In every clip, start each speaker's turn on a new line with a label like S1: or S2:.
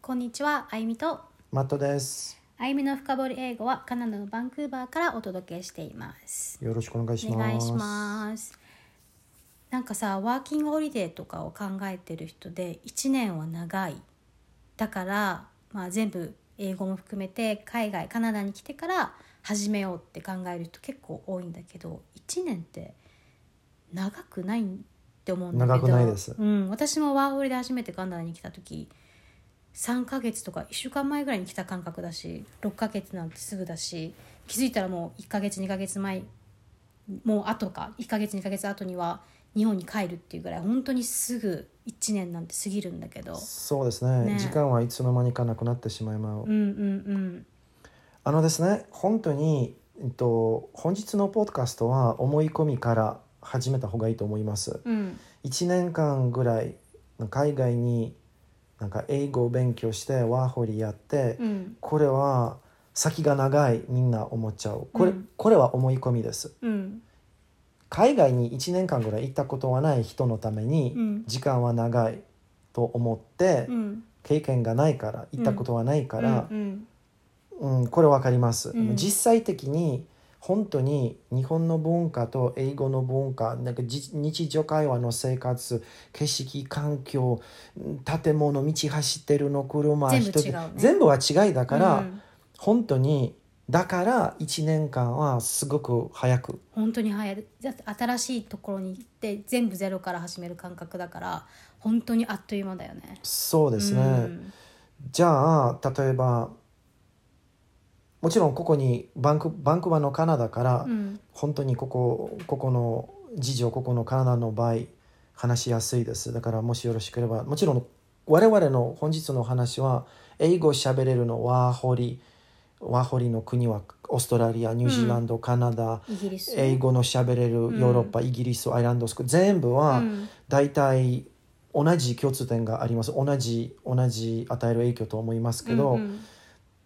S1: こんにちは、あゆみと。
S2: マットです。
S1: あゆみの深掘り英語はカナダのバンクーバーからお届けしています。
S2: よろしくお願いし
S1: お
S2: ます。
S1: 願いします。なんかさ、ワーキングホリデーとかを考えてる人で、1年は長い。だから、まあ、全部英語も含めて海外カナダに来てから始めようって考える人結構多いんだけど、1年って長くないって思うんだけど。
S2: 長くないです
S1: うん、私もワーホリで初めてカナダに来た時。3ヶ月とか1週間前ぐらいに来た感覚だし6ヶ月なんてすぐだし気づいたらもう1ヶ月2ヶ月前もうあとか1ヶ月2ヶ月後には日本に帰るっていうぐらい本当にすぐ1年なんて過ぎるんだけど
S2: そうですね
S1: ね
S2: 時間はいつの間にかなくなってしまいまう。
S1: うんうん
S2: あのですね、本当に、えっと、本日のポッドキャストは思い込みから始めた方がいいと思います。
S1: うんうん
S2: 1年間ぐらい海外になんか英語を勉強してワーホリやって、
S1: うん
S2: これは先が長いみんな思っちゃう。これ,、
S1: うん
S2: これは思い込みです。
S1: うん
S2: 海外に1年間ぐらい行ったことはない人のために、
S1: うん
S2: 時間は長いと思って、
S1: うん
S2: 経験がないから行ったことはないから
S1: う、ん
S2: うんこれわかります、
S1: うん
S2: 実際的に本当に日本の文化と英語の文化なんかじ日常会話の生活景色環境うん建物道走ってるの車
S1: 全部
S2: 人で
S1: 違うね
S2: 全部は違いだから、
S1: うん
S2: 本当にだから1年間はすごく早く
S1: 本当に早いだって新しいところに行って全部ゼロから始める感覚だから本当にあっという間だよね。
S2: そうですね、
S1: うん
S2: じゃあ例えばもちろんここにバンクバンクーバーのカナダから、
S1: うん
S2: 本当にここここの事情ここのカナダの場合話しやすいですだからもしよろしければもちろん我々の本日の話は英語喋れるのワーホリワーホリの国はオーストラリアニュージーランド、カナダ
S1: イギリス
S2: 英語の喋れるヨーロッパ、イギリスアイランドスク全部は
S1: うん
S2: 大体同じ共通点があります同じ同じ与える影響と思いますけど、
S1: うんうん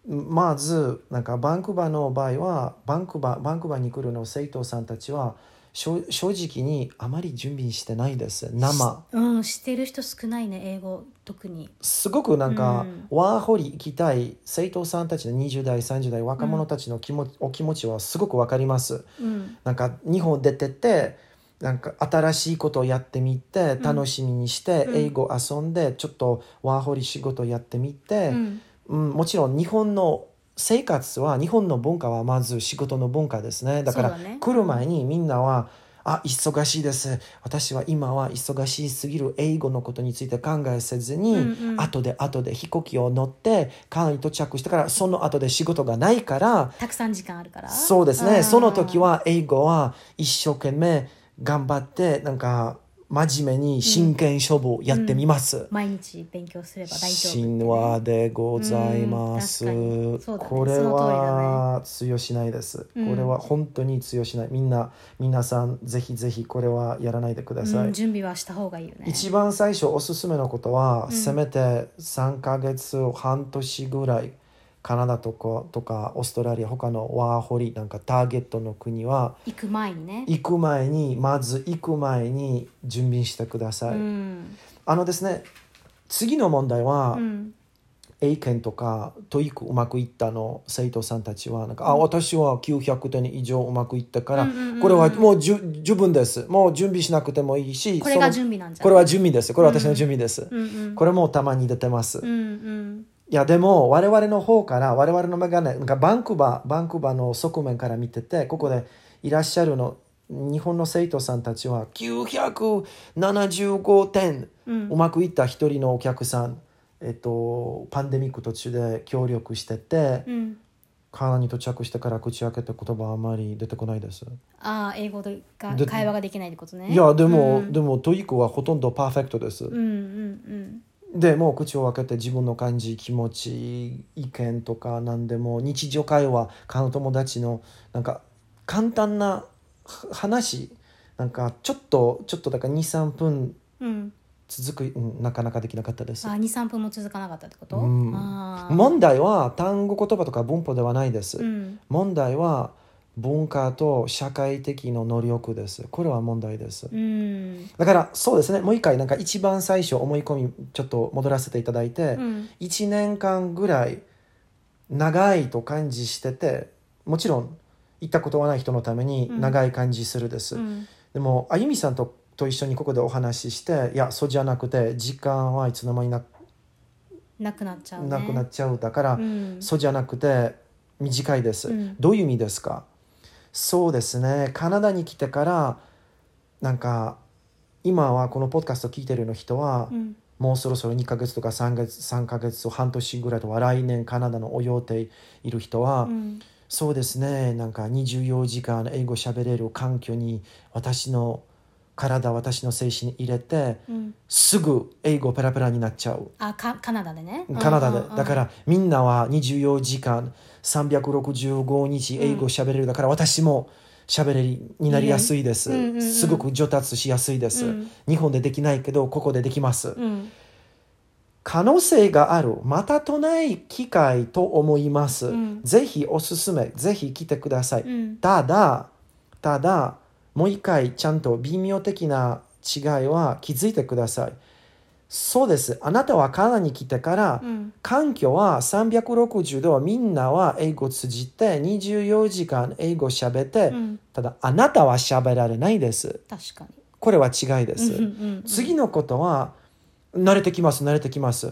S2: まずなんかバンクーバーの場合はバンクーバーバンクーバーに来るの生徒さんたちはしょ正直にあまり準備してないです生
S1: うん、してる人少ないね英語特に
S2: すごくなんか、
S1: うん
S2: ワーホリ行きたい生徒さんたちの20代30代若者たちの気も、お気持ちはすごくわかります
S1: うん
S2: なんか日本出ててなんか新しいことをやってみて
S1: ん
S2: 楽しみにして、
S1: うん
S2: 英語遊んでちょっとワーホリ仕事やってみて、
S1: うん
S2: うん、もちろん日本の生活は日本の文化はまず仕事の文化ですねだから
S1: そうだね
S2: 来る前にみんなは「あ忙しいです私は今は忙しすぎる英語のことについて考えせず
S1: う
S2: に、
S1: んうん
S2: 後で後で飛行機を乗ってカナダに到着してからその後で仕事がないから
S1: たくさん時間あるから
S2: そうですね
S1: ん
S2: その時は英語は一生懸命頑張ってなんか真面目に真剣勝負やってみます。
S1: 毎日勉強すれば大丈夫
S2: 神話でございます。
S1: うん確かにそうだね
S2: これは通用しないです、
S1: うん
S2: これは本当に通用しない。みんな皆さんぜひぜひこれはやらないでください。
S1: うん、準備はした方がいいよね
S2: 一番最初おすすめのことは、
S1: うん
S2: せめて3ヶ月半年ぐらいカナダとかとかオーストラリア他のワーホリなんかターゲットの国は
S1: 行く前にね
S2: 行く前にまず行く前に準備してください。
S1: うん
S2: あのですね次の問題は、
S1: うん、
S2: 英検とか TOEIC うまくいったの生徒さんたちはなんか、あ私は900点以上うまくいったから、
S1: うんうんうんうん
S2: これはもうじゅ十分ですもう準備しなくてもいいし
S1: これが
S2: その
S1: 準備なんじゃ
S2: これ
S1: は
S2: は準備ですこれは私の準備です、
S1: うんうん
S2: これもたまに出てます、
S1: う
S2: い
S1: んうん
S2: やでも我々の方から我々のメガネなんかバンクーバーバンクーバーの側面から見ててここでいらっしゃるの日本の生徒さんたちは975点
S1: うん
S2: うまくいった一人のお客さん、えっと、パンデミック途中で協力してて、
S1: うん
S2: カナダに到着してから口開けた言葉はあまり出てこないです、
S1: ああ英語でが
S2: で
S1: 会話ができないってことね
S2: いやでも、
S1: うん
S2: でもトイックはほとんどパーフェクトです、
S1: うんうん
S2: でもう口を開けて自分の感じ気持ち意見とか何でも日常会話彼の友達のなんか簡単なは話なんかちょっとちょっとだから23分
S1: うんうん
S2: 続く、うん、なかなかできなかったです
S1: あ二三分も続かなかったってこと、
S2: うん
S1: ああ
S2: 問題は単語言葉とか文法ではないです、
S1: うん
S2: 問題は文化と社会的の能力ですこれは問題です
S1: うん
S2: だからそうですねもう一回なんか一番最初思い込みちょっと戻らせていただいて、
S1: うん
S2: 1年間ぐらい長いと感じしててもちろん行ったことはない人のために
S1: うん
S2: 長い感じするです、
S1: うん
S2: でもあゆみさんとと一緒にここでお話ししていやそうじゃなくて時間はいつの間にな
S1: なくなっちゃうね
S2: なくなっちゃうだから、
S1: うん
S2: そうじゃなくて短いです、
S1: うん
S2: どういう意味ですかそうですねカナダに来てからなんか今はこのポッドキャスト聞いてるの人は、
S1: うん
S2: もうそろそろ2ヶ月とか3ヶ月3ヶ月と半年ぐらいとは来年カナダのお予定いる人は、
S1: うん
S2: そうですねなんか24時間英語喋れる環境に私の体私の精神入れて
S1: うん
S2: すぐ英語ペラペラになっちゃう
S1: あかカナダでね
S2: カナダで、
S1: うんうんうん
S2: だからみんなは24時間365日英語喋れる、だから私も喋れるになりやすいです、
S1: うんうんうん
S2: すごく上達しやすいです、
S1: うん
S2: 日本でできないけどここでできます、
S1: うん
S2: 可能性があるまたとない機会と思います、
S1: うん
S2: ぜひおすすめぜひ来てください、
S1: うん
S2: ただただもう一回ちゃんと微妙的な違いは気づいてくださいそうですあなたはカナダに来てから、
S1: うん
S2: 環境は360度みんなは英語通じて24時間英語喋って、
S1: うん
S2: ただあなたは喋られないです
S1: 確か
S2: これは違いで
S1: に
S2: す、
S1: うんうんうん
S2: 次のことは慣れてきます慣れてきます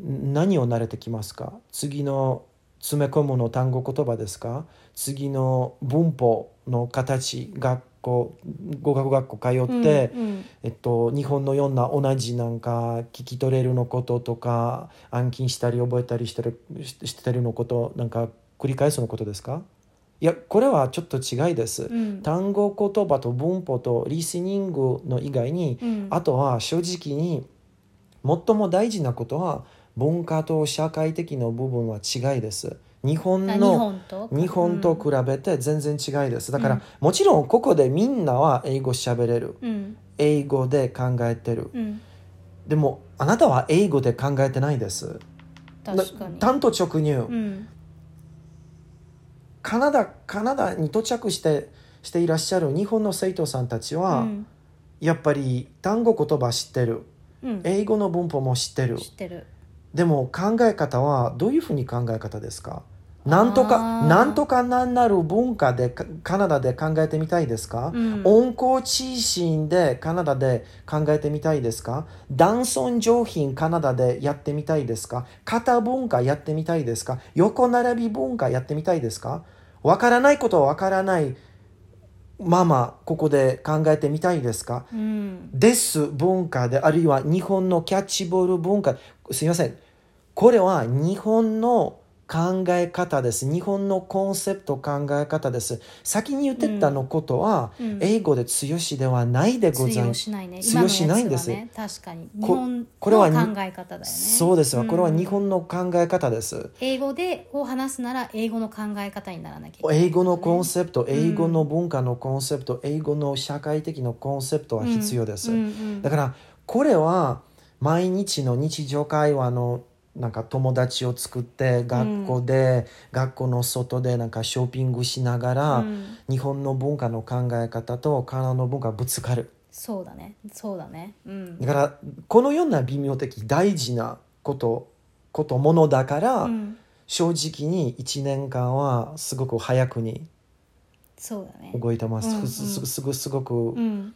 S2: ん何を慣れてきますか次の詰め込むの単語言葉ですか次の文法の形学校語学学校通って、
S1: うんうん
S2: えっと、日本のような同じなんか聞き取れるのこととか暗記したり覚えたりしてるししてるのことなんか繰り返すのことですかいやこれはちょっと違いです、
S1: うん
S2: 単語言葉と文法とリスニングの以外に、
S1: うん
S2: あとは正直に最も大事なことは文化と社会的な部分は違いです日本
S1: あ日
S2: の
S1: 本と
S2: 日本と比べて全然違いですだから、
S1: うん
S2: もちろんここでみんなは英語喋れる
S1: うん
S2: 英語で考えてる
S1: うん
S2: でもあなたは英語で考えてないです
S1: 確かに
S2: 単と直入、
S1: うん
S2: カナダカナダに到着してしていらっしゃる日本の生徒さんたちは、
S1: うん
S2: やっぱり単語言葉知ってる
S1: うん
S2: 英語の文法も知ってる
S1: 知ってる
S2: でも考え方はどういうふうに考え方ですかなんと
S1: あ
S2: か
S1: ー
S2: なんとかなんなる文化でかカナダで考えてみたいですか、
S1: うん
S2: 温厚知心でカナダで考えてみたいですか男尊上品カナダでやってみたいですか型文化やってみたいですか横並び文化やってみたいですかわからないことはわからないままここで考えてみたいですか
S1: うん
S2: です文化であるいは日本のキャッチボール文化すみませんこれは日本の考え方です日本のコンセプト考え方です先に言ってたのことは、
S1: うんうん
S2: 英語で強しではないでご
S1: 通
S2: ざい
S1: 用
S2: ます、
S1: しないね
S2: 通用しないんです
S1: 今のやつはね確かに日
S2: こ
S1: 本の
S2: これはに
S1: 考え方だよね
S2: そうですわこれは日
S1: うん
S2: 本の考え方です、
S1: 英語でを話すなら英語の考え方にならなきゃいけない
S2: 英語のコン
S1: セ
S2: セプト
S1: ん
S2: 英語の文化のコンセプト、英語の社会的なコンセプトは必要です、だからこれは毎日の日常会話のなんか友達を作って学校で、学校の外でなんかショッピングしながら、
S1: うん
S2: 日本の文化の考え方とカナダの文化がぶつかる
S1: そうだねそうだねうん
S2: だからこのような微妙的大事なことことものだから、
S1: うん
S2: 正直に1年間はすごく早くに
S1: そうだね
S2: 動いてます、
S1: うんうん
S2: すすすごすごく、
S1: うん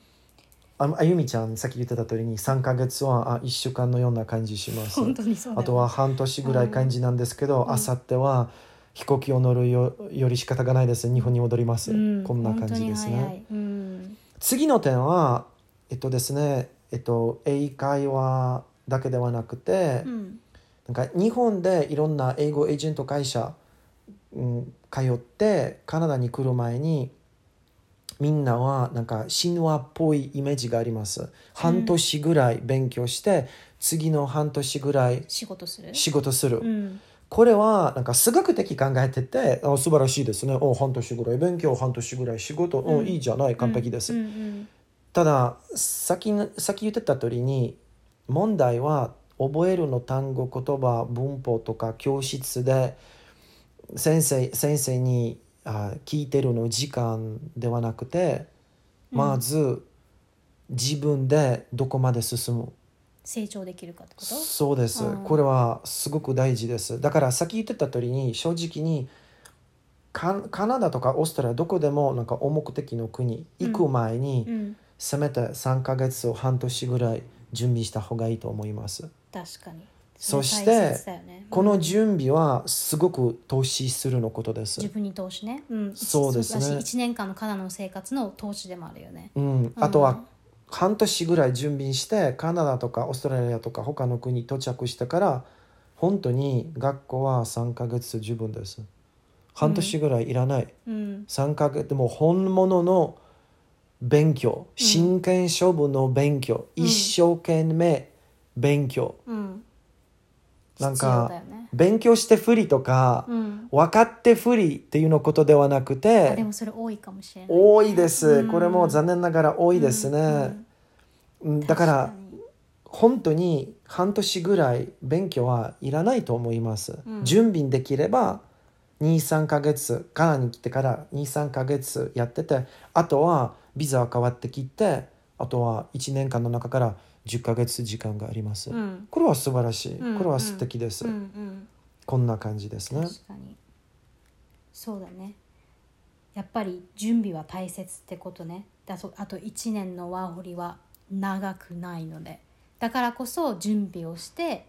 S2: ああゆみちゃんさっき言ってた通りに3ヶ月はあ1週間のような感じします
S1: 本当にそうだ
S2: あ
S1: ね
S2: とは半年ぐらい感じなんですけど、
S1: うん
S2: あさっては飛行機を乗るよより仕方がないです日本に戻ります、
S1: うん
S2: こんな感じです
S1: 本当に早
S2: ね
S1: いうん
S2: 次の点はえっとですねえっと英会話だけではなくて、
S1: うん
S2: なんか日本でいろんな英語エージェント会社、うん、通ってカナダに来る前にみんなはなんか神話っぽいイメージがあります半年ぐらい勉強して、次の半年ぐらい
S1: 仕事する
S2: 仕事する、
S1: うん
S2: これはなんか数学的考えててあ素晴らしいですねお半年ぐらい勉強半年ぐらい仕事、お
S1: うん
S2: いいじゃない完璧です、
S1: うんうん
S2: ただ先の先言ってた通りに問題は覚えるの単語言葉文法とか教室で先生先生にあ聞いてるの時間ではなくてまず自分でどこまで進む、
S1: 成長できるかってこと
S2: そうです、
S1: うん
S2: これはすごく大事ですだからさっき言ってた通りに正直にカカナダとかオーストラリアどこでもなんか大目的の国行く前に、
S1: うん
S2: せめて3ヶ月を半年ぐらい準備した方がいいと思います
S1: 確かに
S2: そして
S1: れ大切だよね
S2: こ
S1: う
S2: の
S1: ん
S2: 準備はすごく投資するのことです
S1: 自分に投資ね、うん、
S2: そうですね
S1: だし1年間のカナダの生活の投資でもあるよね
S2: うん、あとは半年ぐらい準備してカナダとかオーストラリアとか他の国に到着してから本当に学校は3ヶ月十分です半年ぐらいいらない、
S1: うん
S2: 3ヶ月もう本物の勉強
S1: うん
S2: 真剣勝負の勉強、
S1: うん
S2: 一生懸命勉強
S1: うん
S2: なん
S1: 必要だ
S2: か
S1: よね
S2: 勉強して不利とか、
S1: うん
S2: 分かって不利っていうのことではなく
S1: あで
S2: て
S1: もそれ多いかもしれないね、
S2: 多いです、
S1: うん
S2: これも残念ながら多いですね、うんだから
S1: 確に
S2: 本当に半年ぐらい勉強はいらないと思います、
S1: うん
S2: 準備できれば23ヶ月カナダに来てから23ヶ月やっててあとはビザは変わってきてあとは1年間の中から10ヶ月時間があります、
S1: うん
S2: これは素晴らしい、
S1: うん
S2: これは素敵です、
S1: うんうん
S2: こんな感じですね
S1: 確かにそうだねやっぱり準備は大切ってことねだとあと1年のワーホリは長くないのでだからこそ準備をして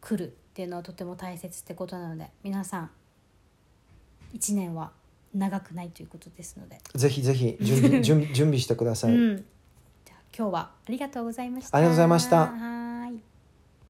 S1: 来るっていうのはとても大切ってことなので皆さん1年は長くないということですので、
S2: ぜひぜひ 準備準備準備してください、
S1: うんじゃあ今日はありがとうございました
S2: ありがとうございました
S1: はい